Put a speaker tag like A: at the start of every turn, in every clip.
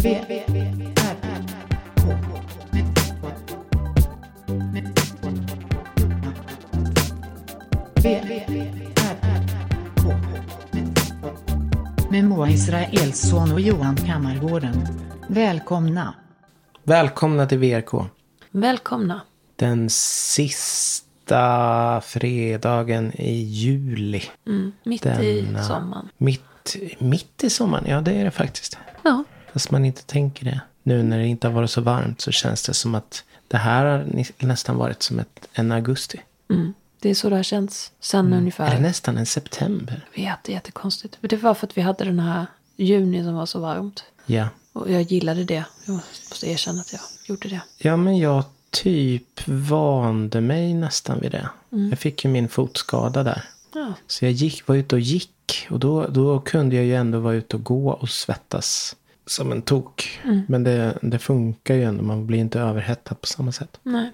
A: V, R, K. V, R, K. Med Moa Israelsson och Johan Kammargården. Välkomna!
B: Välkomna till VRK.
C: Välkomna.
B: Den sista fredagen i juli.
C: Mm, mitt i
B: Denna-
C: sommaren.
B: Mitt, mitt i sommaren, ja det är det faktiskt.
C: Ja.
B: Fast man inte tänker det. Nu när det inte har varit så varmt så känns det som att det här har ni- nästan varit som ett, en augusti.
C: Mm. Det är så det har känts sen ungefär.
B: Eller nästan en september.
C: Jag vet, det är jättekonstigt. Men det var för att vi hade den här juni som var så varmt.
B: Ja.
C: Och jag gillade det. Jag måste erkänna att jag gjorde det.
B: Ja, men jag typ vande mig nästan vid det. Jag fick ju min fotskada där.
C: Ja.
B: Så jag gick, var ute och gick. Och då, då kunde jag ju ändå vara ute och gå och svettas som en tok.
C: Mm.
B: Men det, det funkar ju ändå. Man blir inte överhettad på samma sätt.
C: Nej.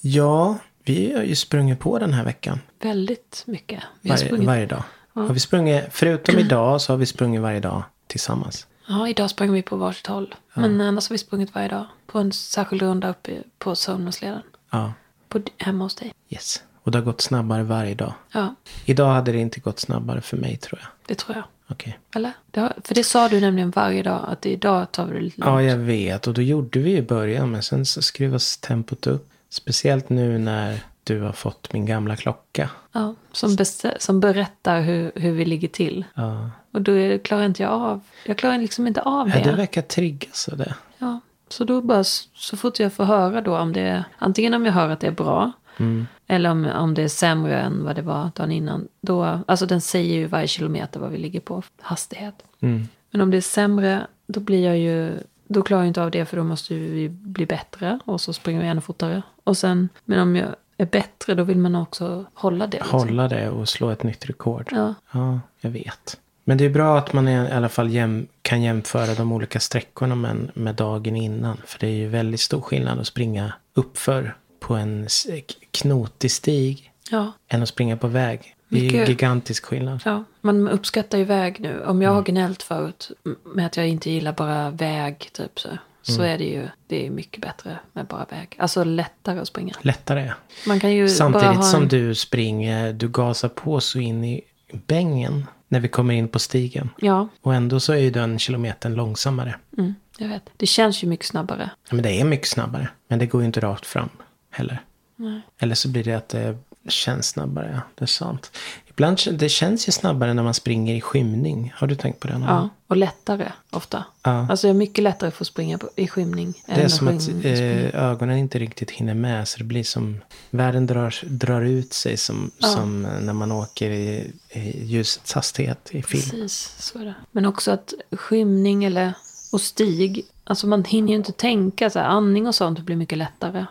B: Ja, vi har ju sprungit på den här veckan.
C: Väldigt mycket. Vi har
B: Varje,
C: sprungit.
B: varje dag. Har vi sprungit, förutom idag så har vi sprungit varje dag tillsammans.
C: Ja, idag sprang vi på varsitt håll. Men annars har vi sprungit varje dag. På en särskild runda uppe på Sörmlandsleden.
B: Ja,
C: På, hemma hos dig.
B: yes. Och det har gått snabbare varje dag.
C: Ja,
B: Idag hade det inte gått snabbare för mig tror jag.
C: det tror jag.
B: Okej.
C: Eller? Det har, för det sa du nämligen varje dag. Att idag tar vi det lite
B: Ja, jag vet. Och då gjorde vi i början, men sen så skruvas tempot upp. Speciellt nu när du har fått min gamla klocka.
C: Ja, som, bes- som berättar hur, hur vi ligger till.
B: Ja.
C: Och då är- klarar inte jag av, jag klarar liksom inte av
B: Ja, du
C: det.
B: verkar triggas av det.
C: Ja, så då bara, s- så fort jag får höra då om det är, antingen om jag hör att det är bra,
B: Mm.
C: eller om, om det är sämre än vad det var dagen innan. Då, alltså den säger ju varje kilometer vad vi ligger på, hastighet.
B: Mm.
C: Men om det är sämre, då blir jag ju, då klarar jag inte av det för då måste ju vi bli bättre och så springer vi ännu fortare. Och sen, men om jag är bättre då vill man också hålla det. liksom.
B: Hålla det och slå ett nytt rekord.
C: Ja.
B: Ja, jag vet. Men det är bra att man i alla fall jäm, kan jämföra de olika sträckorna med, med dagen innan. För det är ju väldigt stor skillnad att springa uppför på en s- k- knotig stig
C: ja.
B: än att springa på väg. Det är ju
C: Mycket.
B: gigantisk skillnad.
C: Ja, man uppskattar ju väg nu. Om
B: Mm.
C: jag har gnällt förut med att jag inte gillar bara väg, typ så. Så
B: Mm.
C: är det ju, det är mycket bättre med bara väg. Alltså lättare att springa.
B: Lättare är.
C: Man kan ju bara ha
B: Samtidigt som
C: en,
B: du springer, du gasar på så in i bängen när vi kommer in på stigen.
C: Ja,
B: Och ändå så är ju den kilometern långsammare.
C: mm, jag vet. Det känns ju mycket snabbare.
B: Ja, men det är mycket snabbare. Men det går ju inte rakt fram heller.
C: Nej.
B: Eller så blir det att det känns snabbare. Ja, det är sant. Ibland kän- det känns ju snabbare när man springer i skymning. Har du tänkt på det? någon gång?
C: Ja, och lättare ofta.
B: Ja.
C: Alltså jag är mycket lättare att få springa på, i skymning.
B: Det
C: än
B: är
C: att
B: som att
C: springa-
B: eh, ögonen inte riktigt hinner med. Så det blir som... Världen drar, drar ut sig som, som när man åker i, i ljusets hastighet i film.
C: Precis, så är det. Men också att skymning eller, och stig, alltså man hinner ju inte tänka så här, andning och sånt blir mycket lättare.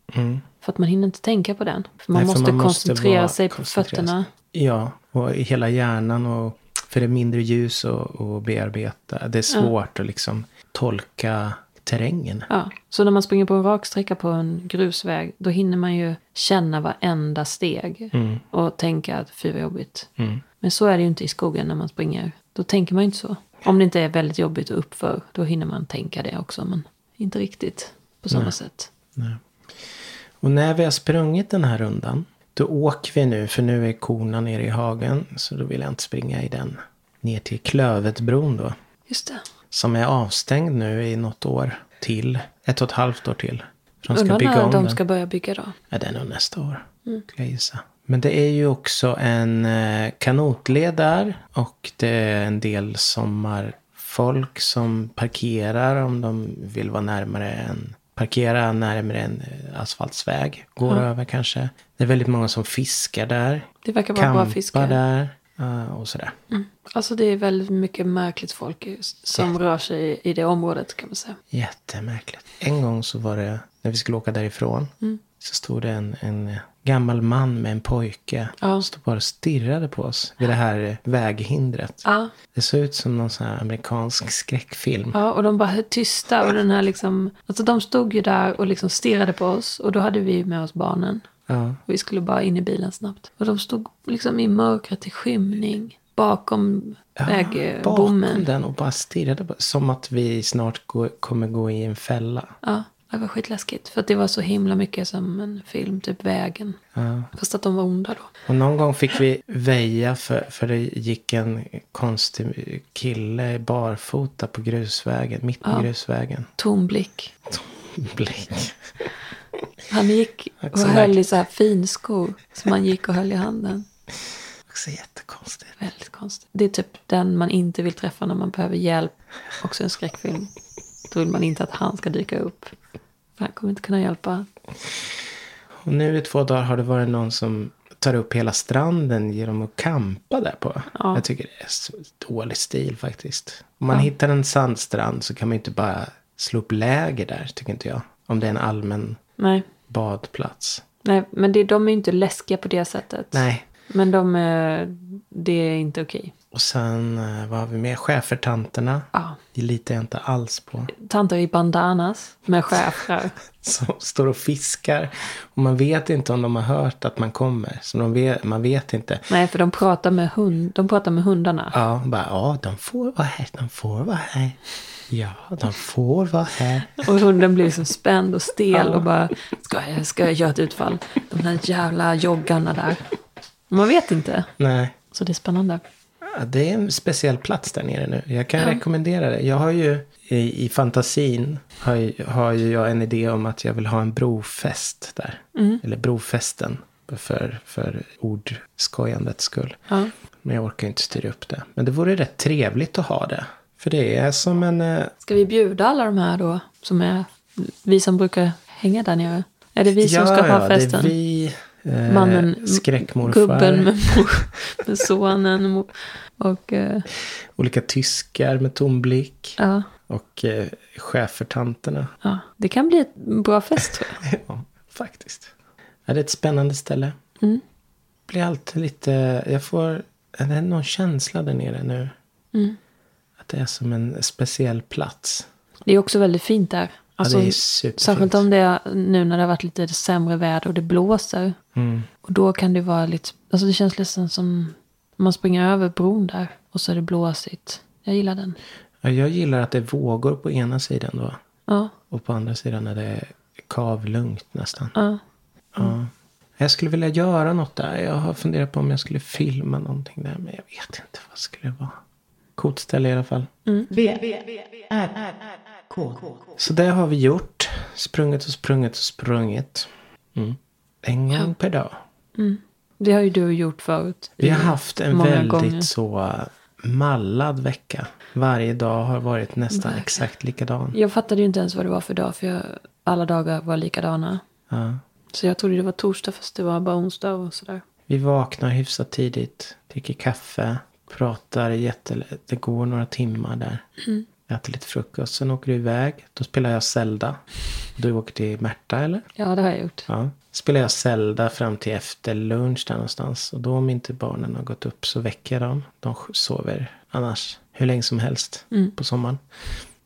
C: För att man hinner inte tänka på den. För man
B: Mm. Nej, för
C: måste
B: man måste
C: koncentrera
B: vara-
C: sig på
B: koncentrera sig.
C: fötterna.
B: Ja, och i hela hjärnan och för det är mindre ljus och, och bearbeta. Det är svårt att liksom tolka terrängen.
C: Ja. Så när man springer på en rak sträcka på en grusväg, då hinner man ju känna varenda steg.
B: Mm.
C: Och tänka att fy vad jobbigt. Men så är det ju inte i skogen när man springer. Då tänker man ju inte så. Om det inte är väldigt jobbigt och uppför, då hinner man tänka det också. Men inte riktigt på samma sätt.
B: Och när vi har sprungit den här rundan, då åker vi nu, för nu är korna nere i hagen, så då vill jag inte springa i den. Ner till Klövetbron då,
C: Just det.
B: som är avstängd nu i något år till, ett och ett halvt år till. För de ska
C: Undrar
B: bygga om
C: när de
B: den.
C: ska börja bygga då.
B: Ja, det är nog nästa år. Skulle jag gissa. Men det är ju också en eh, kanotled där. Och det är en del sommarfolk som parkerar om de vill vara närmare en parkera närmre en eh, asfaltsväg. Går över kanske. Det är väldigt många som fiskar där.
C: Det verkar vara bra
B: Campar
C: fiskare.
B: där. eh, Och sådär.
C: Alltså det är väldigt mycket märkligt folk i- som rör sig i- i det området kan man säga.
B: Jättemärkligt. En gång så var det, när vi skulle åka därifrån,
C: Mm.
B: så stod det en, en gammal man med en pojke.
C: Ja.
B: Stod bara och stirrade på oss vid det här eh, väghindret.
C: Ja,
B: Det såg ut som någon sån här amerikansk skräckfilm.
C: ja och de bara är tysta och den här liksom, alltså de stod ju där och liksom stirrade på oss och då hade vi med oss barnen.
B: Ja.
C: Och vi skulle bara in i bilen snabbt. Och de stod liksom i mörkret i skymning. bakom Eh,
B: bakom
C: vägbommen.
B: den och bara stirrade på Som att vi snart gå, kommer gå i en fälla.
C: Ja, det var skitläskigt. För att det var så himla mycket som en film, typ Vägen.
B: Ja.
C: Fast att de var onda då.
B: Och någon gång fick vi väja för, för det gick en konstig kille barfota på grusvägen. Mitt på grusvägen.
C: Tom blick.
B: Blick.
C: Han gick och
B: Som
C: höll
B: verkligen-
C: i så här finskor. Som han gick och höll i handen.
B: Också jättekonstigt.
C: Väldigt konstigt. Det är typ den man inte vill träffa när man behöver hjälp. Också en skräckfilm. Då vill man inte att han ska dyka upp. För han kommer inte kunna hjälpa.
B: Och nu i två dagar har det varit någon som tar upp hela stranden genom att kampa där på.
C: Ja.
B: Jag tycker det är så dålig stil faktiskt. Om man hittar en sandstrand så kan man ju inte bara slå upp läger där, tycker inte jag. Om det är en allmän
C: Nej.
B: badplats.
C: Nej, men det, de är ju inte läskiga på det sättet.
B: Nej.
C: Men de, eh, det är inte okej.
B: Och sen, eh, vad har vi mer? Schäfertanterna.
C: Ja.
B: Det litar jag inte alls på.
C: Tanter i bandanas med schäfrar.
B: Som står och fiskar. Och man vet inte om de har hört att man kommer. Så de vet, man vet inte.
C: Nej, för de pratar med, hund, de pratar med hundarna.
B: Ja, bara, ja, de får vara här, de får vara här. Ja, de får vara här.
C: Och hunden blir liksom spänd och stel och bara ska jag, ska jag göra ett utfall? De där jävla joggarna där. Man vet inte.
B: Nej,
C: Så det är spännande.
B: ja, det är en speciell plats där nere nu. Jag kan rekommendera det. Jag har ju i, i fantasin har, ju- har ju jag en idé om att jag vill ha en brofest där.
C: Mm.
B: Eller brofesten. För, för ordskojandets skull.
C: Ja.
B: Men jag orkar ju inte styra upp det. Men det vore rätt trevligt att ha det. För det är som en... eh,
C: Ska vi bjuda alla de här då? Som är vi som brukar hänga där nere. Är det vi som ska ha festen?
B: det är vi. Eh,
C: Mannen,
B: skräckmorfar.
C: Gubben med, mor, med sonen mo- och eh,
B: Olika tyskar med tom blick.
C: ja,
B: Och eh, schäfertanterna.
C: ja, det kan bli en bra fest tror jag.
B: ja, faktiskt. Ja, det är ett spännande ställe. Blir alltid lite... Jag får... Det är någon känsla där nere nu. Att det är som en speciell plats.
C: Det är också väldigt fint där. Alltså,
B: ja, det är superfint.
C: Särskilt om det är nu när det har varit lite sämre väder och det blåser.
B: Mm.
C: Och då kan det vara lite, alltså det känns nästan som om man springer över bron där och så är det blåsigt. Jag gillar den.
B: Ja, jag gillar att det är vågor på ena sidan då.
C: Ja,
B: Och på andra sidan är det kavlugnt nästan.
C: ja.
B: Ja. Jag skulle vilja göra något där. Jag har funderat på om jag skulle filma någonting där. Men jag vet inte vad det skulle vara. Coolt ställe i alla fall.
A: V, V, R, R, K.
B: Så det har vi gjort. Sprungit och sprungit och sprungit. Mm. En gång per dag.
C: Det har ju du gjort förut.
B: Vi har haft en
C: många
B: väldigt
C: gånger.
B: så eh, mallad vecka. Varje dag har varit nästan
C: Verkligen.
B: exakt likadan.
C: Jag fattade ju inte ens vad det var för dag för jag, alla dagar var likadana.
B: Ja.
C: Så jag trodde det var torsdag fast det var bara onsdag och sådär.
B: Vi vaknar hyfsat tidigt, dricker kaffe, pratar jättelänge. Det går några timmar där.
C: Mm.
B: Äter lite frukost, sen åker du iväg. Då spelar jag Zelda. Du åker till Märta eller?
C: Ja, det har jag gjort.
B: Ja. Spelar jag Zelda fram till efter lunch där någonstans. Och då om inte barnen har gått upp så väcker jag dem. De sj- sover annars hur länge som helst
C: Mm.
B: på sommaren.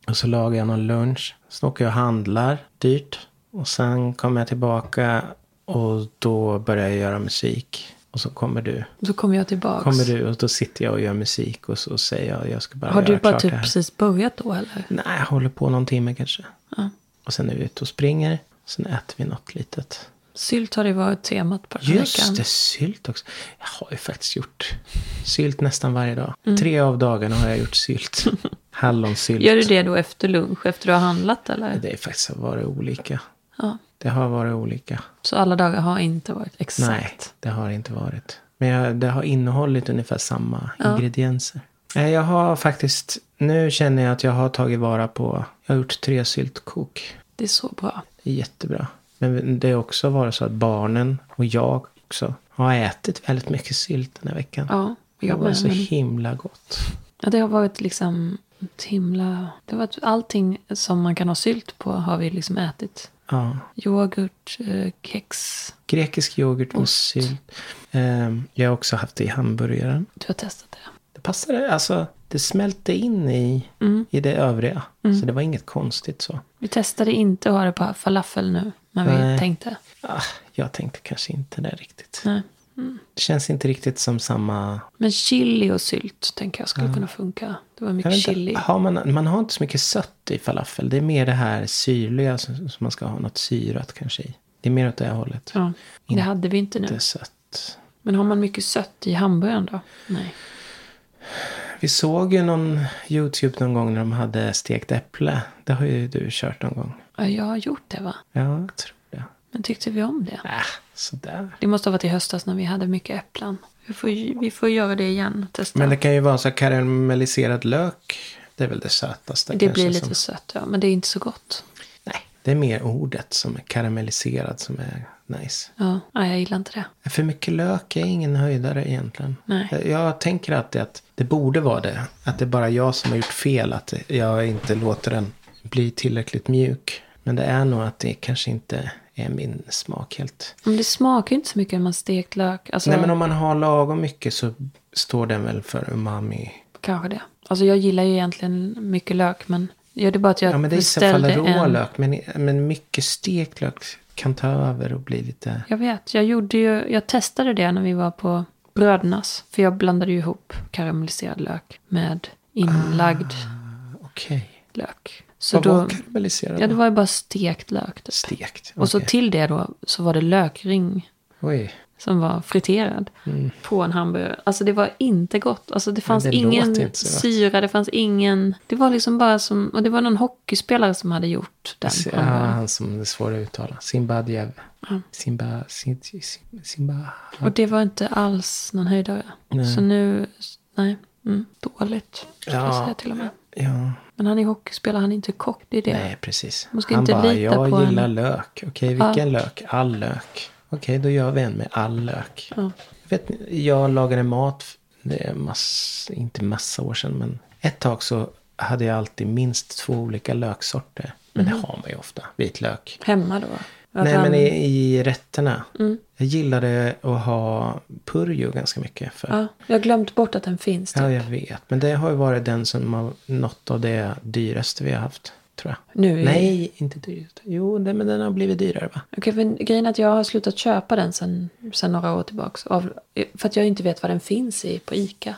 B: Och så lagar jag någon lunch. Sen åker jag och handlar dyrt. Och sen kommer jag tillbaka och då börjar jag göra musik. Och så kommer du.
C: Så kommer jag tillbaks.
B: Kommer du och då sitter jag och gör musik och så säger jag jag ska bara
C: har
B: göra
C: du bara
B: klart
C: typ
B: det här.
C: precis börjat då eller?
B: Nej, jag håller på någon timme kanske.
C: Ja.
B: Och sen är vi ute och springer. Sen äter vi något litet.
C: Sylt har det varit temat på den här veckan.
B: Just det, sylt också. Jag har ju faktiskt gjort sylt nästan varje dag. Tre av dagarna har jag gjort sylt. Hallonsylt.
C: Mm. Gör du det då efter lunch, efter du har handlat eller?
B: Det är faktiskt har varit olika.
C: Ja.
B: Det har varit olika.
C: Så alla dagar har inte varit
B: Nej,
C: exakt.
B: det har det inte varit. Men jag, det har innehållit ungefär samma ingredienser. Nej, Jag har faktiskt, nu känner jag att jag har tagit vara på, jag har gjort tre syltkok.
C: Det är så bra.
B: Det är Jättebra. Men det har också varit så att barnen och jag också har ätit väldigt mycket sylt den här veckan.
C: Ja,
B: det
C: jag
B: var
C: med.
B: så
C: Men,
B: himla gott.
C: ja, det har varit liksom ett himla... Det har varit allting som man kan ha sylt på har vi liksom ätit.
B: Ja.
C: Yoghurt, eh, kex.
B: Grekisk yoghurt med sylt. Ehm, Jag har också haft det i hamburgaren.
C: Du har testat det.
B: Det passade, alltså det smälte in i,
C: Mm.
B: i det övriga. Så det var inget konstigt så.
C: Vi testade inte att ha det på falafel nu. Men vi
B: Nej.
C: tänkte.
B: Ah, jag tänkte kanske inte det riktigt.
C: Nej.
B: Det känns inte riktigt som samma...
C: Men chili och sylt tänker jag skulle kunna funka. Det var
B: Jag
C: mycket
B: vet inte, Ah.
C: chili.
B: Har man, man har inte så mycket sött i falafel. Det är mer det här syrliga som, som man ska ha något syrat kanske i. Det är mer åt det här hållet.
C: Ja, det hade vi inte
B: Det är
C: nu.
B: sött.
C: Men har man mycket sött i hamburgaren då? Nej.
B: Vi såg ju någon YouTube någon gång när de hade stekt äpple. Det har ju du kört någon gång.
C: Ja, jag har gjort det va?
B: Ja, jag tror det.
C: Men tyckte vi om det?
B: Äh, sådär.
C: Det måste ha varit i höstas när vi hade mycket äpplen. Vi får, vi får göra det igen. Testa.
B: Men det kan ju vara så här karamelliserad lök. Det är väl det sötaste.
C: det
B: kanske
C: blir lite
B: som,
C: sött ja. Men det är inte så gott.
B: Nej, det är mer ordet som är karamelliserad som är nice.
C: Ja, nej, jag gillar inte det.
B: För mycket lök är ingen höjdare egentligen.
C: Nej.
B: Jag- Jag tänker alltid att det borde vara det. Att det är bara jag som har gjort fel. Att jag inte låter den bli tillräckligt mjuk. Men det är nog att det kanske inte är min smak helt.
C: Men det smakar ju inte så mycket när man stekt lök. Alltså,
B: Nej men om man har lagom mycket så står den väl för umami.
C: Kanske det. Alltså jag gillar ju egentligen mycket lök men ja, det är bara att jag
B: Ja men det är i så fall
C: beställde
B: rå
C: en...
B: lök. Men, men mycket stekt lök kan ta över och bli lite...
C: Jag vet, jag gjorde ju, jag testade det när vi var på Brödernas. För jag blandade ju ihop karamelliserad lök med inlagd
B: Okej.
C: lök.
B: Ah.
C: Så
B: Vad
C: då,
B: var karamelliserad?
C: ja det var ju bara stekt lök typ.
B: Stekt.
C: Och så
B: okej.
C: till det då så var det lökring
B: Oj.
C: som var friterad på en hamburgare. Alltså det var inte gott. Alltså det fanns
B: Mm. det
C: ingen
B: låter inte så gott.
C: syra, det fanns ingen... Det var liksom bara som... Och det var någon hockeyspelare som hade gjort den
B: Ja,
C: hamburgaren.
B: han som det är svårt att uttala. Simbadjev. Simba... Sim, sim, simba...
C: Och det var inte alls någon höjdare. Så nu, nej, mm, dåligt. Skulle jag
B: Ja.
C: säga till och med.
B: Ja,
C: Men han är hockeyspelare, han är inte kock. Det är det.
B: nej precis.
C: Man ska
B: han
C: inte
B: bara,
C: lita
B: jag
C: på
B: gillar
C: en-
B: lök. Okej, vilken lök? All lök. Okej, då gör vi en med all lök.
C: Ja.
B: Vet ni, jag lagade mat, det är mass, inte massa år sedan, men ett tag så hade jag alltid minst två olika löksorter. Men det har man ju ofta, vitlök.
C: Hemma då? Mhm. Att
B: Nej,
C: han, Mm.
B: men i, i rätterna. Jag gillade att ha purjo ganska mycket. För,
C: ja, jag har glömt bort att den finns. Typ.
B: Ja, jag vet. Men det har ju varit den som har något av det dyraste vi har haft, tror jag.
C: Nu är-
B: Nej, inte dyraste. Jo, nej, men den har blivit dyrare, va?
C: Okej, för grejen är att jag har slutat köpa den sen, sen några år tillbaka. Av, för att jag inte vet vad den finns i på ICA.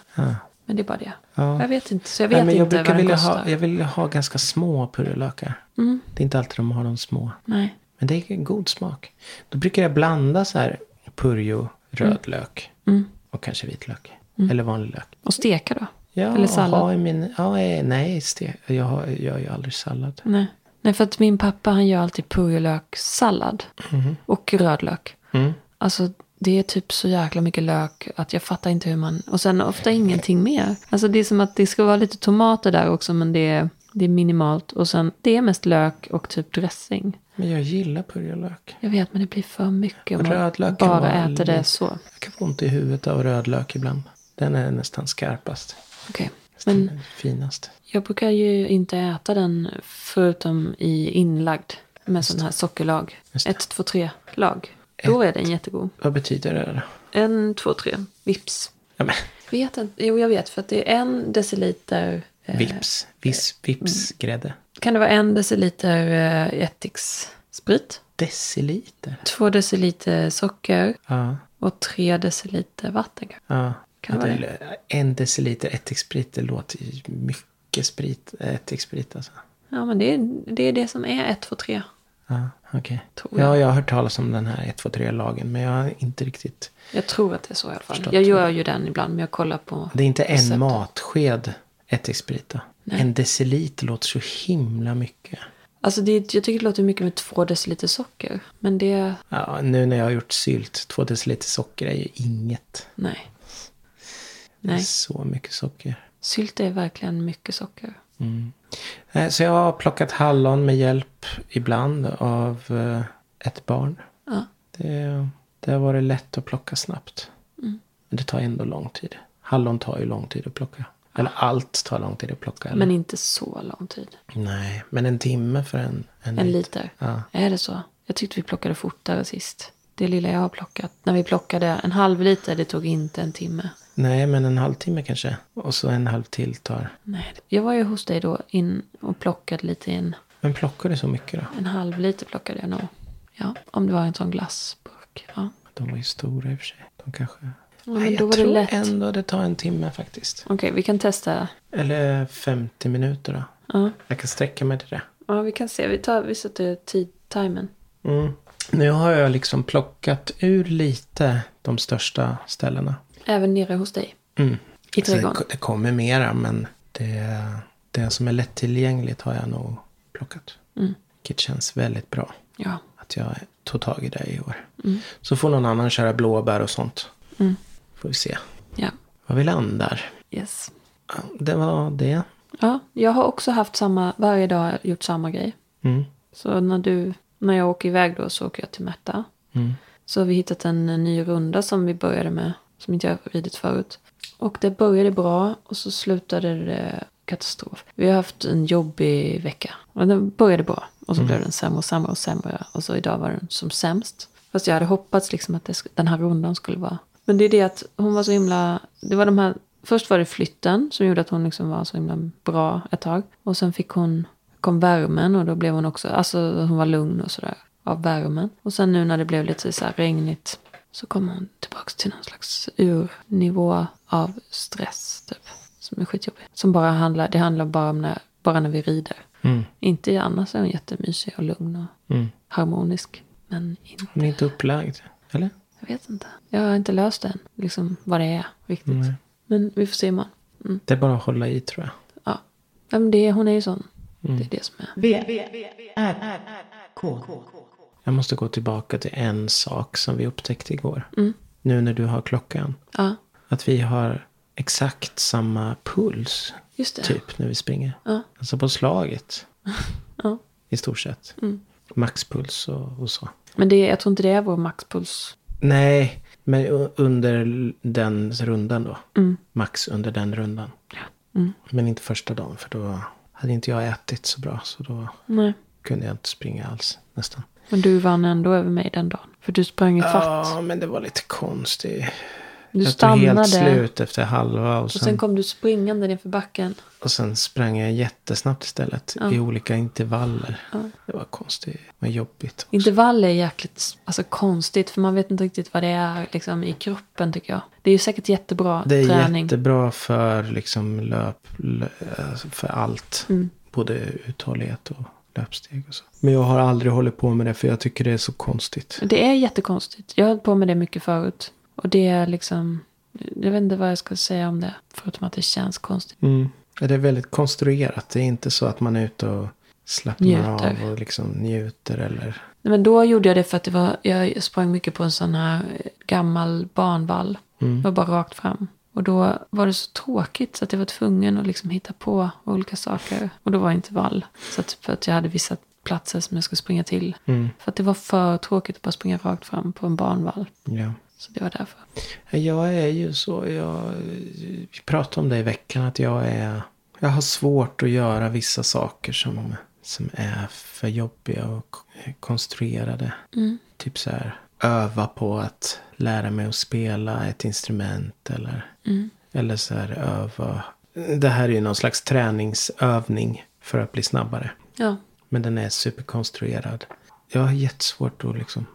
C: Men det är bara det.
B: Ja.
C: Jag vet inte, så jag vet
B: Nej, men jag
C: inte
B: brukar
C: vad den
B: vilja
C: kostar. Mm.
B: ha, jag vill ha ganska små purjolökar. Det är inte alltid de har de små.
C: Nej.
B: Men det är god smak. Då brukar jag blanda så här purjo, rödlök
C: Mm.
B: och kanske vitlök. Eller vanlig lök.
C: Och steka då?
B: Ja,
C: Mm. Eller sallad?
B: Ha i min, ja, eh, nej, ste, jag har- jag gör ju aldrig sallad.
C: Nej. Nej, för att min pappa han gör alltid purjolökssallad.
B: Mhm.
C: Och rödlök.
B: Mm.
C: Alltså det är typ så jäkla mycket lök att jag fattar inte hur man... Och sen ofta ingenting mer. Alltså det är som att det ska vara lite tomater där också men det är, det är minimalt. Och sen det är mest lök och typ dressing.
B: Men jag gillar purjolök.
C: Jag vet men det blir för mycket om man
B: Rödlök kan
C: bara
B: vara
C: äter det
B: lite-
C: så.
B: Jag kan få ont i huvudet av rödlök ibland. Den är nästan skarpast.
C: Okej. Men
B: Men... Finast.
C: jag brukar ju inte äta den förutom i inlagd. Med sån här sockerlag.
B: Just det.
C: Ett, två, tre lag. Då är den jättegod.
B: Vad betyder det då?
C: En, två, tre. Vips.
B: Ja, men,
C: Vet inte. Jo, jag vet. För att det är en deciliter... Eh, mm.
B: vips, vis, vips, grädde.
C: Kan det vara en deciliter eh, ättikssprit?
B: Deciliter.
C: Två deciliter socker
B: Ja.
C: och tre deciliter vatten. kanske.
B: ja.
C: Kan
B: Ja,
C: vara
B: en deciliter ättiksprit, det låter ju mycket sprit, ättiksprit alltså.
C: Ja, men det är det, är det som är ett, två, tre.
B: Ja, okej.
C: Tror jag.
B: Ja, jag har hört talas om den här 123-lagen, men jag har inte riktigt...
C: Jag tror att det är så i alla fall.
B: Förstått.
C: jag gör ju den ibland, men jag kollar på...
B: Det är inte
C: receptet.
B: en matsked ättiksprit då? En deciliter låter så himla mycket.
C: Alltså, det, är- jag tycker det låter mycket med två deciliter socker. Men det...
B: Ja, nu när jag har gjort sylt, två deciliter socker är ju inget.
C: Nej.
B: Det är
C: Nej.
B: så mycket socker.
C: Sylt är verkligen mycket socker.
B: Eh, Så jag har plockat hallon med hjälp ibland av eh, ett barn.
C: Ja.
B: Det, det har varit lätt att plocka snabbt.
C: Mm.
B: Men det tar ändå lång tid. Hallon tar ju lång tid att plocka. Eller allt tar lång tid att plocka. Eller?
C: Men inte så lång tid.
B: Nej, men en timme för en.
C: En liter?
B: Ja.
C: Är det så? Jag tyckte vi plockade fortare sist. Det lilla jag har plockat. När vi plockade en halv liter, det tog inte en timme.
B: Nej, men en halvtimme kanske. Och så en halv till tar.
C: Nej, jag var ju hos dig då in och plockade lite in.
B: Men plockar du så mycket då?
C: En halv liter plockade jag nog. Ja, om det var en sån glassburk. Ja.
B: De var ju stora i och för sig. De kanske...
C: men
B: Nej,
C: då
B: jag
C: var det
B: tror
C: lätt.
B: ändå det tar en timme faktiskt.
C: Okej, vi kan testa.
B: Eller 50 minuter då.
C: Ja,
B: Jag kan sträcka mig till det.
C: ja vi kan se. Vi, tar, vi sätter tid-timern.
B: Mm. Nu har jag liksom plockat ur lite de största ställena.
C: Även nere hos dig.
B: Mm.
C: I
B: Så det,
C: trädgården.
B: det kommer mera men det, det som är lättillgängligt har jag nog plockat.
C: Mm.
B: Vilket känns väldigt bra
C: Ja.
B: att jag tog tag i det i år. Så får någon annan köra blåbär och sånt.
C: Mm.
B: Får vi se
C: Ja.
B: var vi landar.
C: Yes.
B: Ja, det var det.
C: Ja, jag har också haft samma, varje dag har jag gjort samma grej.
B: Mm.
C: Så när du, när jag åker iväg då så åker jag till Märta.
B: Mm.
C: Så har vi hittat en eh, ny runda som vi började med, som inte jag har ridit förut. Och det började bra och så slutade det katastrof. Vi har haft en jobbig vecka. Men den började bra och så blev den sämre och sämre och sämre. Och så idag var den som sämst. Fast jag hade hoppats liksom att det, sk- den här rundan skulle vara... Men det är det att hon var så himla... Det var de här... Först var det flytten som gjorde att hon liksom var så himla bra ett tag. Och sen fick hon kom värmen och då blev hon också, alltså hon var lugn och sådär av värmen. Och sen nu när det blev lite så här regnigt så kom hon tillbaks till någon slags urnivå av stress typ. Som är skitjobbig. Som bara handlar, det handlar bara om när, bara när vi rider.
B: Mm.
C: Inte annars är hon jättemysig och lugn och
B: Mm.
C: harmonisk. Men inte,
B: Hon är inte upplagd, eller?
C: jag vet inte. Jag har inte löst det än, liksom vad det är riktigt.
B: Nej.
C: Men vi får se imorgon. Mm,
B: Det är bara att hålla i tror jag.
C: ja. ja men det, hon är ju sån.
B: Mm.
C: Det är det som är.
A: V, V, R, R, K.
B: Jag måste gå tillbaka till en sak som vi upptäckte igår. Nu när du har klockan.
C: Ja,
B: Att vi har exakt samma puls.
C: just det.
B: Typ när vi springer.
C: Ja.
B: Alltså på slaget.
C: Ja.
B: I stort sett. Maxpuls och, och så.
C: Men det, jag tror inte det är vår maxpuls.
B: Nej, men u- under l- den rundan då.
C: Mm.
B: Max under den rundan. Men inte första dagen för då hade inte jag ätit så bra. Så då
C: Nej.
B: kunde jag inte springa alls nästan.
C: Men du vann ändå över mig den dagen. För du sprang ifatt.
B: Ja, men det var lite konstigt.
C: du
B: jag tog
C: stannade.
B: helt slut efter halva och
C: och
B: sen,
C: sen kom du springande nerför backen.
B: och sen sprang jag jättesnabbt istället. I olika intervaller. Det var konstigt. Men jobbigt.
C: Intervall är jäkligt alltså, konstigt. För man vet inte riktigt vad det är liksom, i kroppen tycker jag. Det är ju säkert jättebra
B: Det är
C: träning.
B: jättebra för liksom löp, lö, alltså för allt.
C: Mm.
B: Både uthållighet och löpsteg och så. Men jag har aldrig hållit på med det för jag tycker det är så konstigt.
C: Det är jättekonstigt. Jag höll på med det mycket förut. Och det är liksom... Jag vet inte vad jag ska säga om det. Förutom att det känns konstigt.
B: Mm. Det är väldigt konstruerat. Det är inte så att man är ute och slappnar
C: Njuter.
B: av och liksom njuter eller...
C: Nej, Men då gjorde jag det för att det var, jag sprang mycket på en sån här eh, gammal banvall.
B: Mm.
C: Det var bara rakt fram. Och då var det så tråkigt så att jag var tvungen att liksom hitta på olika saker. Och då var det inte vall. Så att, för att jag hade vissa platser som jag skulle springa till.
B: Mm.
C: För att det var för tråkigt att bara springa rakt fram på en banvall.
B: Ja.
C: Så det var därför.
B: Jag är ju så, jag vi pratade om det i veckan, att jag är... Jag har svårt att göra vissa saker som, som är för jobbiga och k- konstruerade. Typ så här, öva på att lära mig att spela ett instrument eller, eller så här öva. Det här är ju någon slags träningsövning för att bli snabbare.
C: Ja,
B: Men den är superkonstruerad. Jag har jättesvårt att liksom...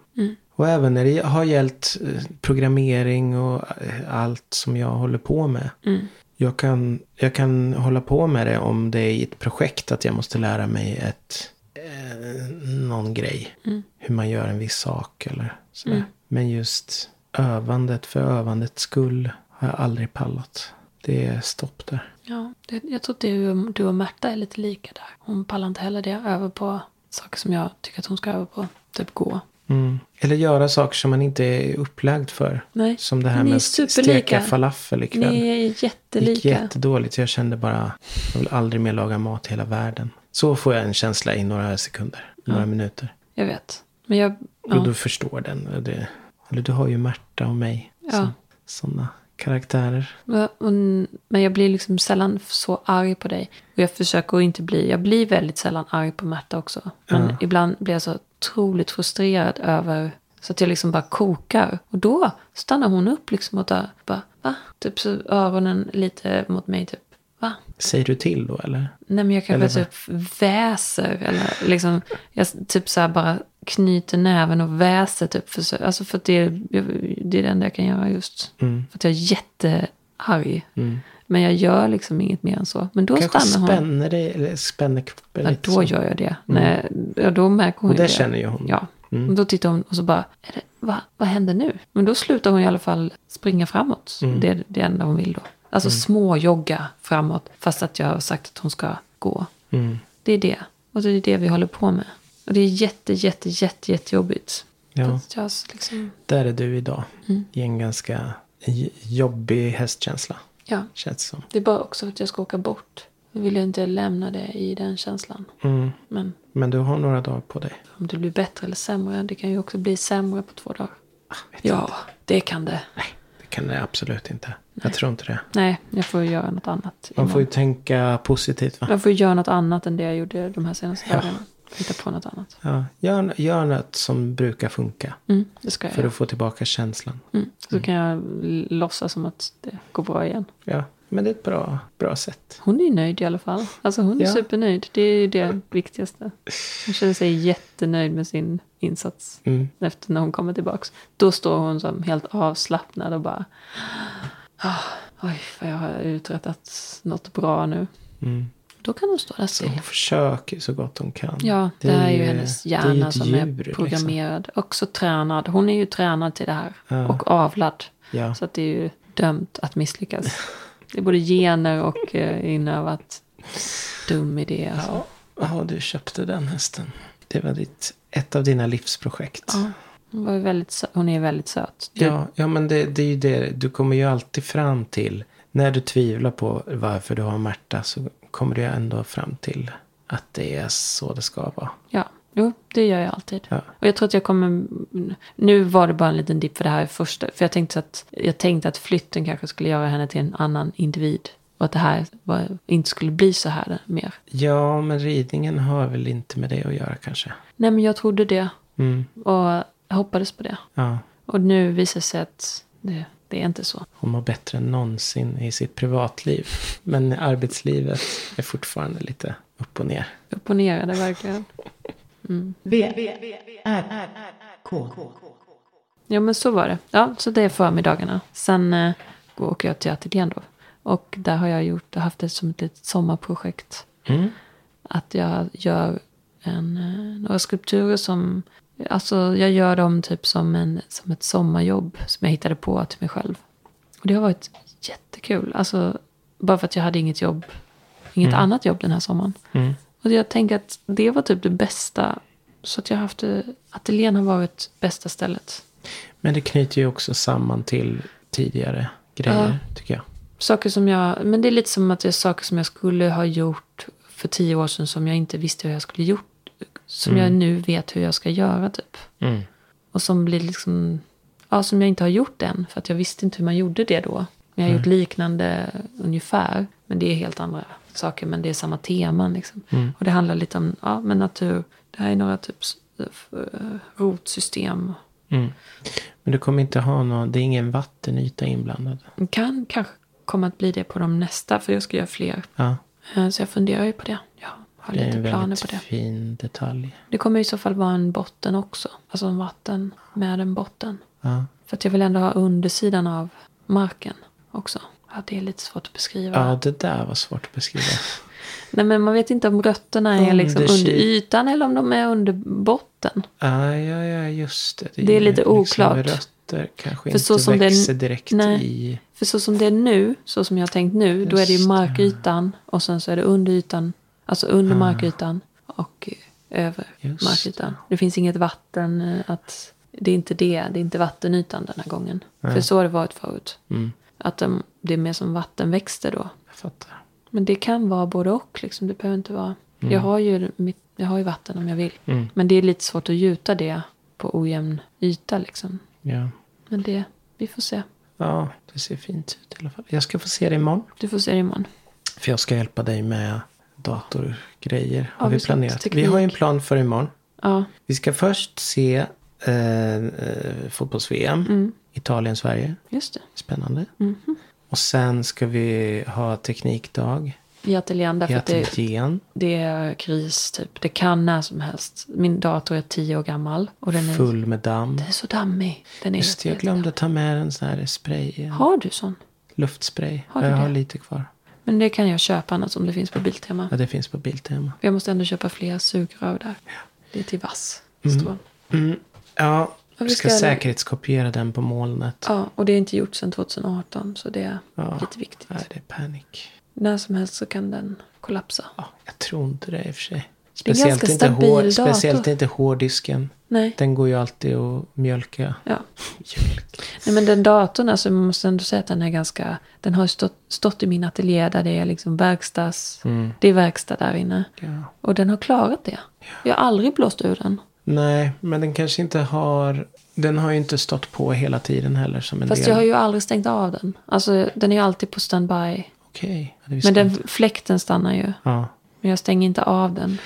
B: Och även när det har gällt eh, programmering och eh, allt som jag håller på med.
C: Mm.
B: Jag, kan, jag kan hålla på med det om det är i ett projekt att jag måste lära mig ett, eh, någon grej. Hur man gör en viss sak eller sådär. Men just övandet för övandets skull har jag aldrig pallat. Det är stopp där.
C: ja. Det, jag tror att du, du och Märta är lite lika där. Hon pallar inte heller det. Över på saker som jag tycker att hon ska över på. Typ gå.
B: Mm. Eller göra saker som man inte är upplagd för.
C: Nej,
B: Som det här
C: ni är
B: med att
C: superlika.
B: steka falafel ikväll.
C: Ni är
B: det gick
C: jättelika.
B: jättedåligt. Jag kände bara, jag vill aldrig mer laga mat i hela världen. Så får jag en känsla i några sekunder, några minuter.
C: Jag vet. Men jag...
B: Och
C: Ja.
B: du förstår den. Det, eller du har ju Märta och mig.
C: Ja.
B: som Sådana karaktärer.
C: Men- men- Men jag blir liksom sällan f- så arg på dig. Och jag försöker att inte bli... Jag blir väldigt sällan arg på Märta också. Men ibland blir jag så otroligt frustrerad över... Så att jag liksom bara kokar. Och då stannar hon upp liksom och där, bara... Va? Typ så öronen lite mot mig typ. Va?
B: Säger du till då eller?
C: Nej men jag kanske
B: Eller
C: typ väser eller liksom, jag s- typ så här bara knyter näven och väser typ. För, så- alltså för att det, är- jag- det är det enda jag kan göra just.
B: Mm.
C: För att jag är jättearg. Men jag gör liksom inget mer än så. Men då
B: Kanske
C: stannar hon.
B: spänner dig eller spänner kroppen
C: Ja,
B: lite.
C: då
B: så. Mm.
C: gör jag det. Nej, ja, då märker hon
B: Och
C: ju
B: det
C: det.
B: känner ju hon. Mm.
C: Ja. Och då tittar hon och så bara, är det, va, vad händer nu? Men då slutar hon i alla fall springa framåt.
B: Mm.
C: Det är det enda hon vill då. Alltså små jogga framåt, fast att jag har sagt att hon ska gå.
B: Mm.
C: Det är det. Och det är det vi håller på med. Och det är jätte, jätte, jätte, jättejobbigt.
B: Ja.
C: Att jag liksom,
B: Där är du idag.
C: Mm.
B: I en ganska j- jobbig hästkänsla.
C: ja.
B: Känns som.
C: Det är bara också för att jag ska åka bort. Jag vill ju inte lämna det i den känslan.
B: Mm.
C: Men
B: Men du har några dagar på dig.
C: om det blir bättre eller sämre, det kan ju också bli sämre på två dagar.
B: Ah, Vet
C: Ja, det kan det.
B: Nej, det kan det absolut inte. Jag tror inte det.
C: Nej, jag får ju göra något annat.
B: Man får ju
C: imorgon.
B: tänka positivt va?
C: Jag får ju göra något annat än det jag gjorde de här senaste
B: Ja.
C: dagarna. Hitta på något annat.
B: Ja, gör, gör något som brukar funka.
C: Mm, det ska jag
B: För
C: göra.
B: att få tillbaka känslan.
C: Mm. Så kan jag l- låtsas som att det går bra igen.
B: Ja, men det är ett bra, bra sätt.
C: Hon är ju nöjd i alla fall. Alltså hon är
B: Ja.
C: supernöjd. Det är ju det viktigaste. Hon känner sig jättenöjd med sin insats.
B: Mm.
C: Efter när hon kommer tillbaks. Då står hon som helt avslappnad och bara... "Ah, Oj, vad jag har uträttat något bra nu.
B: Mm.
C: Då kan hon stå där
B: Så
C: still.
B: hon försöker så gott hon kan.
C: Ja, det, är ju
B: eh,
C: hennes
B: det är
C: hjärna
B: ju ett
C: som
B: djur,
C: är
B: Liksom.
C: programmerad. Också tränad. Hon är ju tränad till det här.
B: Ja.
C: Och avlad.
B: Ja.
C: Så att det är ju dömt att misslyckas. Det är både gener och eh, inövat. Dum idé alltså.
B: Ja. ja, du köpte den hästen. Det var ditt, ett av dina livsprojekt.
C: Ja. Hon, var ju väldigt sö- hon är ju väldigt söt. Du,
B: Ja, ja men det, det är ju det. Du kommer ju alltid fram till. När du tvivlar på varför du har Märta så kommer du ju ändå fram till att det är så det ska vara.
C: ja. Jo, det gör jag alltid.
B: Ja.
C: Och jag tror att jag kommer... Nu var det bara en liten dipp för det här är första. För jag tänkte, så att, jag tänkte att flytten kanske skulle göra henne till en annan individ. Och att det här var, inte skulle bli så här mer.
B: Ja, men ridningen har väl inte med det att göra kanske.
C: Nej, men jag trodde det.
B: Mm,
C: Och jag hoppades på det.
B: ja.
C: Och nu visar det sig att det, det är inte så.
B: Hon mår bättre än någonsin i sitt privatliv. Men arbetslivet är fortfarande lite upp och ner.
C: Upp och ner är det verkligen.
A: V, R, R, K.
C: Ja, men så var det. Ja, så det är förmiddagarna. Sen eh, går- åker jag till ateljén då. Och där har jag gjort, haft det som ett litet sommarprojekt.
B: Mm.
C: Att jag gör en, eh, några skulpturer som... Alltså jag gör dem typ som, en, som ett sommarjobb som jag hittade på till mig själv. Och det har varit jättekul. Alltså bara för att jag hade inget jobb. Inget annat jobb den här sommaren.
B: Mm.
C: Och jag tänker att det var typ det bästa. Så att jag har haft det, ateljén har varit bästa stället.
B: Men det knyter ju också samman till tidigare grejer, tycker jag.
C: Saker som jag, men det är lite som att det är saker som jag skulle ha gjort för tio år sedan som jag inte visste hur jag skulle gjort. Som jag nu vet hur jag ska göra typ.
B: Mm.
C: Och som blir liksom, ja som jag inte har gjort än. För att jag visste inte hur man gjorde det då. Men jag har gjort liknande ungefär. Men det är helt andra saker. Men det är samma teman liksom. Och det handlar lite om, ja men natur. Det här är några typ s- eh, rotsystem.
B: Mm. Men du kommer inte ha någon, det är ingen vattenyta inblandad.
C: Det Kan kanske komma att bli det på de nästa. För jag ska göra fler
B: Ja,
C: Eh, Så jag funderar ju på det. Jag har
B: det är
C: lite
B: en
C: planer
B: väldigt
C: på det.
B: fin detalj.
C: Det kommer i så fall vara en botten också. Alltså en vatten med en botten.
B: Ja,
C: För att jag vill ändå ha undersidan av marken också. Ja, det är lite svårt att beskriva.
B: ja det där var svårt att beskriva.
C: Nej, men man vet inte om rötterna är liksom
B: Undersid-
C: under ytan eller om de är under botten.
B: Ja, ja, ja, just det.
C: Det är lite
B: liksom
C: oklart.
B: Rötter kanske
C: För
B: inte
C: så som det är-
B: växer direkt
C: nej.
B: i.
C: För så som det är nu, så som jag har tänkt nu, då är det ju
B: Just det.
C: markytan och sen så är det under ytan. Alltså under markytan och eh, över
B: Ah. Just
C: markytan. Det finns inget vatten eh, att... Det är inte det, det är inte vattenytan den här gången. För så har det varit förut.
B: Mm.
C: Att de, det är mer som vattenväxter då.
B: Jag fattar.
C: Men det kan vara både och liksom, det behöver inte vara... Jag, har ju mitt, jag har ju vatten om jag vill.
B: Mm.
C: Men det är lite svårt att gjuta det på ojämn yta liksom.
B: Ja.
C: Men det, vi får se.
B: ja, det ser fint ut i alla fall. Jag ska få se det imorgon.
C: Du får se det imorgon.
B: För jag ska hjälpa dig med datorgrejer.
C: Ja,
B: Har vi
C: vi ska
B: planerat.
C: till
B: Vi har ju en
C: teknik.
B: plan för imorgon.
C: Ja.
B: Vi ska först se
C: Mm.
B: eh, eh, fotbolls-VM. Italien-Sverige.
C: Just det. Mhm.
B: Spännande. Och sen ska vi ha teknikdag
C: I ateljén,
B: i
C: därför att det,
B: ateljén.
C: det är kris typ. Det kan när som helst. Min dator är tio år gammal. Och den är,
B: Full med damm.
C: den är så dammig. Den är
B: Just det, jag
C: helt
B: glömde ta med en sån här spray. En
C: dammig. Har du sån?
B: luftspray.
C: Har du
B: jag har
C: det?
B: lite kvar.
C: Men det kan jag köpa annars om det finns på Biltema.
B: Ja, det finns på Biltema.
C: Jag måste ändå köpa fler sugrör där. Det är till vass. står.
B: Mm. Ja,
C: Ja,
B: vi
C: vi
B: ska
C: ska-
B: säkerhetskopiera den på molnet.
C: Ja, och det är inte gjort sedan 2018 så det är
B: Ja.
C: lite viktigt.
B: Nej, det är panik.
C: När som helst så kan den kollapsa.
B: Ja, jag tror inte det i och för sig.
C: Det är en
B: Speciellt,
C: ganska
B: inte,
C: stabil
B: hår,
C: dator.
B: speciellt inte hårddisken.
C: Nej.
B: Den går ju alltid att mjölka.
C: Ja.
B: Mjölk.
C: Nej men den datorn, alltså, man måste ändå säga att den är ganska... Den har ju stått, stått i min ateljé där det är liksom verkstads... Det är verkstad där inne.
B: Mm. Ja.
C: Och den har klarat det. Jag har aldrig blåst ur den.
B: Nej, men den kanske inte har... Den har ju inte stått på hela tiden heller som en
C: Fast
B: del.
C: jag har ju aldrig stängt av den. Alltså den är ju alltid på standby.
B: Okej. Ja, det visste
C: Men
B: jag
C: den
B: inte.
C: fläkten stannar ju.
B: Ja.
C: Men jag stänger inte av den.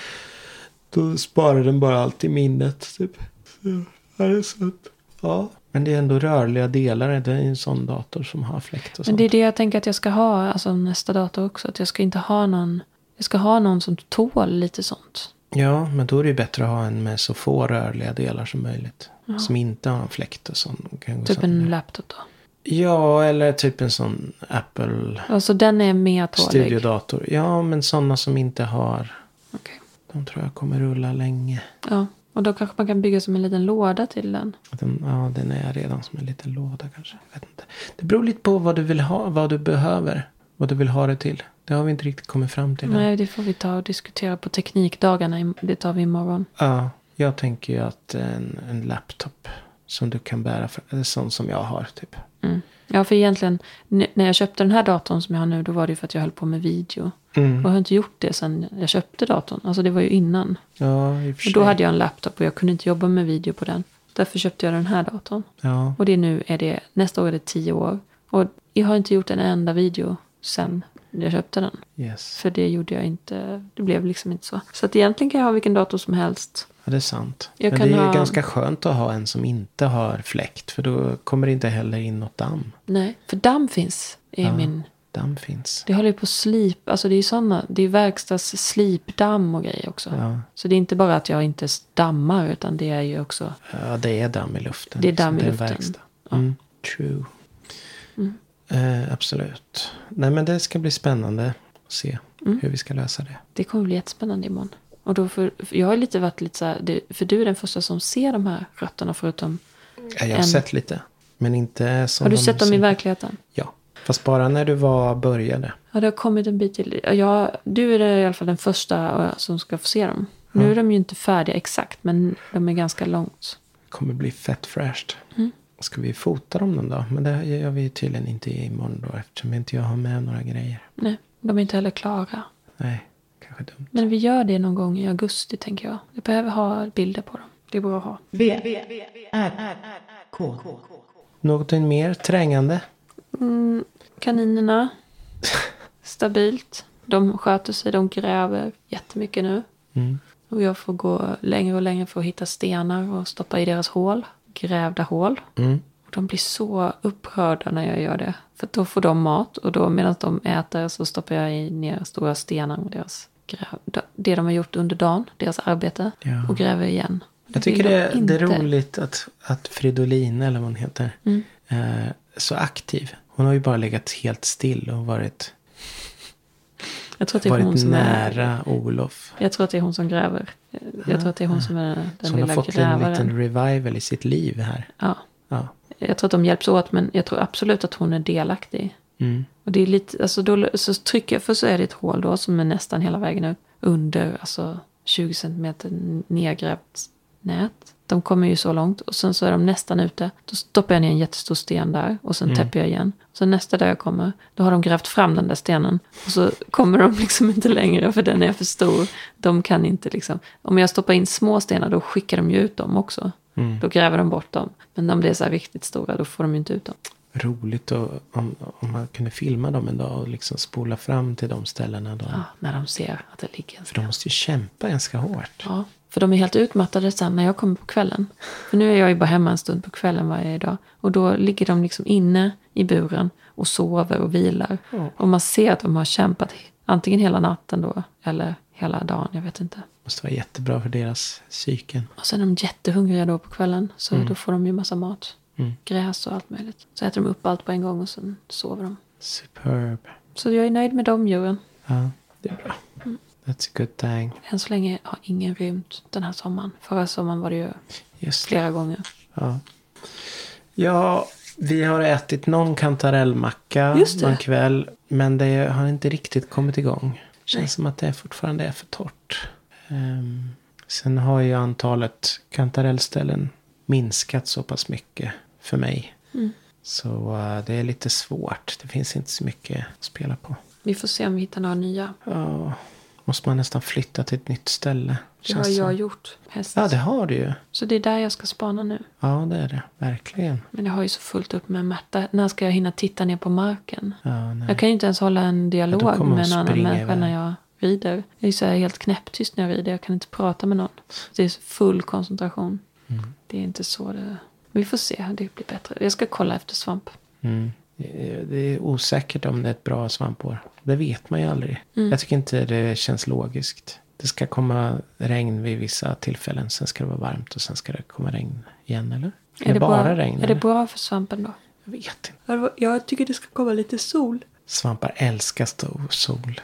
B: Då sparar den bara allt i minnet. Typ. Så, ja, det är sant. Ja. Men det är ändå rörliga delar. Det är ju en sån dator som har fläkt och
C: Men
B: sånt.
C: det är det jag tänker att jag ska ha, alltså nästa dator också. Att jag ska inte ha någon... Jag ska ha någon som tål lite sånt.
B: Ja, men då är det ju bättre att ha en med så få rörliga delar som möjligt. Som inte har en fläkt och sånt. Kan gå
C: Typ
B: sönder.
C: en laptop då.
B: Ja, eller typ en sån Apple
C: Alltså den är mer tålig.
B: studiodator. Ja, men sådana som inte har.
C: Okej.
B: De tror jag kommer rulla länge.
C: Ja, och då kanske man kan bygga som en liten låda till den.
B: Den, ja, den är redan som en liten låda kanske. Jag vet inte. Det beror lite på vad du vill ha, vad du behöver. Vad du vill ha det till. Det har vi inte riktigt kommit fram till. än.
C: Nej, det får vi ta och diskutera på teknikdagarna. im- Det tar vi imorgon.
B: Ja, jag tänker ju att en, en laptop som du kan bära, fram- eller sån som jag har typ.
C: Mm. Ja, för egentligen, n- när jag köpte den här datorn som jag har nu, då var det ju för att jag höll på med video. Och jag har inte gjort det sedan jag köpte datorn. Alltså det var ju innan.
B: Ja, i och för
C: Och
B: sig.
C: då hade jag en laptop och jag kunde inte jobba med video på den. Därför köpte jag den här datorn.
B: Ja,
C: Och det är nu är det, nästa år är det tio år. Och jag har inte gjort en enda video sen jag köpte den.
B: yes.
C: För det gjorde jag inte, det blev liksom inte så. Så att egentligen kan jag ha vilken dator som helst.
B: Ja, det är sant.
C: Jag
B: Men
C: kan
B: det är ju
C: ha-
B: ganska skönt att ha en som inte har fläkt. För då kommer det inte heller in något damm.
C: Nej, för damm finns i min...
B: Damm finns.
C: Det håller ju på att slip, alltså det är ju sådana, det är verkstadsslipdamm och grejer också.
B: Ja.
C: Så det är inte bara att jag inte s- dammar utan det är ju också,
B: Ja, det är damm i luften.
C: Det är damm
B: Så
C: i
B: en
C: luften. Mm.
B: verkstad. Mm, true. Eh, absolut. Nej, men det ska bli spännande att se
C: Mm.
B: hur vi ska lösa det.
C: det kommer bli jättespännande imorgon. Och då för, för jag har lite varit lite så här, det, för du är den första som ser de här rötterna förutom,
B: Ja, jag har
C: En-
B: sett lite. Men inte som
C: har du
B: de
C: sett dem i
B: ser-
C: verkligheten?
B: Ja. Fast bara när du var började.
C: Ja, det har kommit en bit till. Ja, du är i alla fall den första eh, som ska få se dem. Nu är de ju inte färdiga exakt, men de är ganska långt.
B: kommer bli fett fräscht.
C: Mm.
B: Ska vi fota dem den då? Men det gör vi tydligen inte imorgon då eftersom inte jag har med några grejer.
C: Nej, de är inte heller klara.
B: Nej, kanske dumt.
C: Men vi gör det någon gång i augusti, tänker jag. Vi behöver ha bilder på dem. Det är bra att ha.
A: V, R, K.
B: Någonting mer trängande?
C: Kaninerna. Stabilt. De sköter sig, de gräver jättemycket nu.
B: Mm.
C: Och jag får gå längre och längre för att hitta stenar och stoppa i deras hål. Grävda hål.
B: Mm.
C: Och de blir så upprörda när jag gör det. För då får de mat och då medan de äter så stoppar jag i ner stora stenar och deras gräv, det de har gjort under dagen, deras arbete.
B: Ja.
C: Och gräver igen.
B: Jag tycker
C: vill
B: det,
C: de
B: det är
C: inte. Mm.
B: roligt att, att Fridolin, eller vad hon heter, är så aktiv. Hon har ju bara legat helt still och varit,
C: Jag tror att det är typ hon
B: varit
C: som är
B: nära Olof.
C: Jag tror att det är hon som gräver. Jag tror att det är hon som är den
B: Så hon har
C: lilla
B: fått en
C: grävaren.
B: liten revival i sitt liv här.
C: Ja.
B: Ja.
C: Jag tror att de hjälps åt, men jag tror absolut att hon är delaktig.
B: Mm.
C: Och det är lite, alltså då, så trycker jag, för så är det ett hål då som är nästan hela vägen upp under, alltså 20 centimeter nedgrävt nät. De kommer ju så långt och sen så är de nästan ute. Då stoppar jag ner en jättestor sten där och sen täpper jag igen. Så nästa dag jag kommer, då har de grävt fram den där stenen. Och så kommer de liksom inte längre för den är för stor. De kan inte liksom, om jag stoppar in små stenar då Mm. skickar de ju ut dem också. Då gräver de bort dem. Men om det är så här riktigt stora då får de ju inte ut dem.
B: roligt och, om, om man kunde filma dem en dag och liksom spola fram till de ställena. Då.
C: Ja, när de ser att det ligger en
B: För de
C: sten.
B: måste ju kämpa ganska hårt.
C: Ja, för de är helt utmattade sen när jag kommer på kvällen. För nu är jag ju bara hemma en stund på kvällen varje dag. Och då ligger de liksom inne i buren och sover och vilar. Och man ser att de har kämpat antingen hela natten då eller hela dagen, jag vet inte.
B: måste vara jättebra för deras psyken.
C: Och sen är de jättehungriga då på kvällen. Så då får de ju massa mat. Gräs och allt möjligt. Så äter de upp allt på en gång och sen sover de.
B: Superb.
C: Så jag är nöjd med de djuren.
B: Ja, det är bra.
C: Mm.
B: That's a good thing.
C: Än så länge har ingen rymt den här sommaren. Förra sommaren var det ju
B: Just det.
C: flera gånger.
B: Ja. ja, vi har ätit någon kantarellmacka
C: Just det.
B: någon kväll. Men det har inte riktigt kommit igång. Känns som att det fortfarande är för torrt. Ehm, sen har ju antalet kantarellställen minskat så pass mycket för mig.
C: Mm.
B: Så eh, det är lite svårt. Det finns inte så mycket att spela på.
C: Vi får se om vi hittar några nya.
B: Ja, måste man nästan flytta till ett nytt ställe.
C: Det har
B: Känns
C: jag
B: som.
C: gjort. Häst.
B: Ja, det har du ju.
C: Så det är där jag ska spana nu.
B: Ja, det är det. Verkligen.
C: Men jag har ju så fullt upp med Märta. När ska jag hinna titta ner på marken?
B: Ja, nej.
C: Jag kan ju inte ens hålla en dialog
B: Ja, då kommer
C: med
B: hon
C: en annan
B: springa
C: människa
B: iväg.
C: när jag rider. Jag är ju så här helt knäpptyst när jag rider. Jag kan inte prata med någon. Det är full koncentration.
B: Mm.
C: Det är inte så det... Vi får se. Det blir bättre. Jag ska kolla efter svamp.
B: Mm. Det- Det är osäkert om det är ett bra svampår. Det vet man ju aldrig. Jag tycker inte det känns logiskt. Det ska komma regn vid vissa tillfällen. Sen ska det vara varmt och sen ska det komma regn igen, eller? Är, det bara
C: bra,
B: regn?
C: Är det
B: eller?
C: bra för svampen då?
B: Jag vet inte.
C: Jag tycker det ska komma lite sol.
B: Svampar älskar stor sol.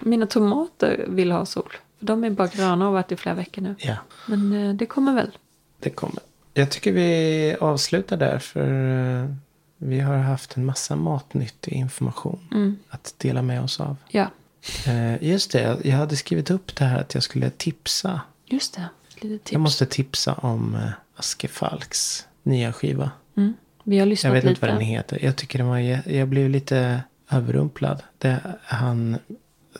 C: Mina tomater vill ha sol. För de är bara gröna och har varit i flera veckor nu.
B: Ja,
C: Men eh, det kommer väl.
B: det kommer. Jag tycker vi avslutar där för eh, vi har haft en massa matnyttig information
C: Mm.
B: att dela med oss av.
C: Ja,
B: Eh, Just det, jag hade skrivit upp det här att jag skulle tipsa
C: just det. Lite tips.
B: Jag måste tipsa om eh, Aske Falks nya skiva.
C: mm. Vi har
B: Jag
C: lyssnat
B: vet
C: lite.
B: inte vad den heter. Jag tycker den var... jä- Jag blev lite överrumplad. Det han...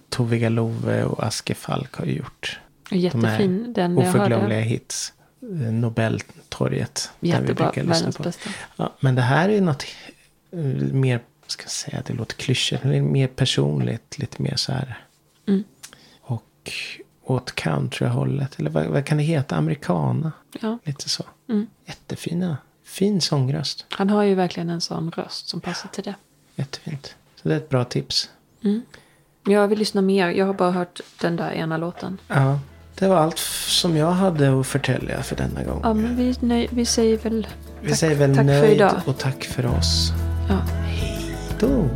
B: Tove Galove och Aske Falk har gjort.
C: Jättefin. den jag
B: Oförglömliga
C: hörde.
B: hits. Eh, Nobeltorget. där vi
C: Jättebra.
B: brukar lyssna
C: Världens
B: på.
C: bästa.
B: Ja, men det här är något eh, mer, ska jag säga, det låter klyschigt, men det är mer personligt, lite mer så här.
C: Mm.
B: Och åt countryhållet, eller vad, vad kan det heta, americana,
C: Ja.
B: lite så.
C: Mm.
B: Jättefina, fin sångröst,
C: Han har ju verkligen en sån röst som passar till det.
B: jättefint. Så det är ett bra tips.
C: Jag vill lyssna mer. Jag har bara hört den där ena låten.
B: Ja, det var allt f- som jag hade att förtälja för denna gång.
C: Ja, men vi, nöj, vi säger väl
B: Vi
C: tack-
B: säger väl
C: tack för
B: nöjd
C: idag.
B: och tack för oss.
C: ja.
B: Då.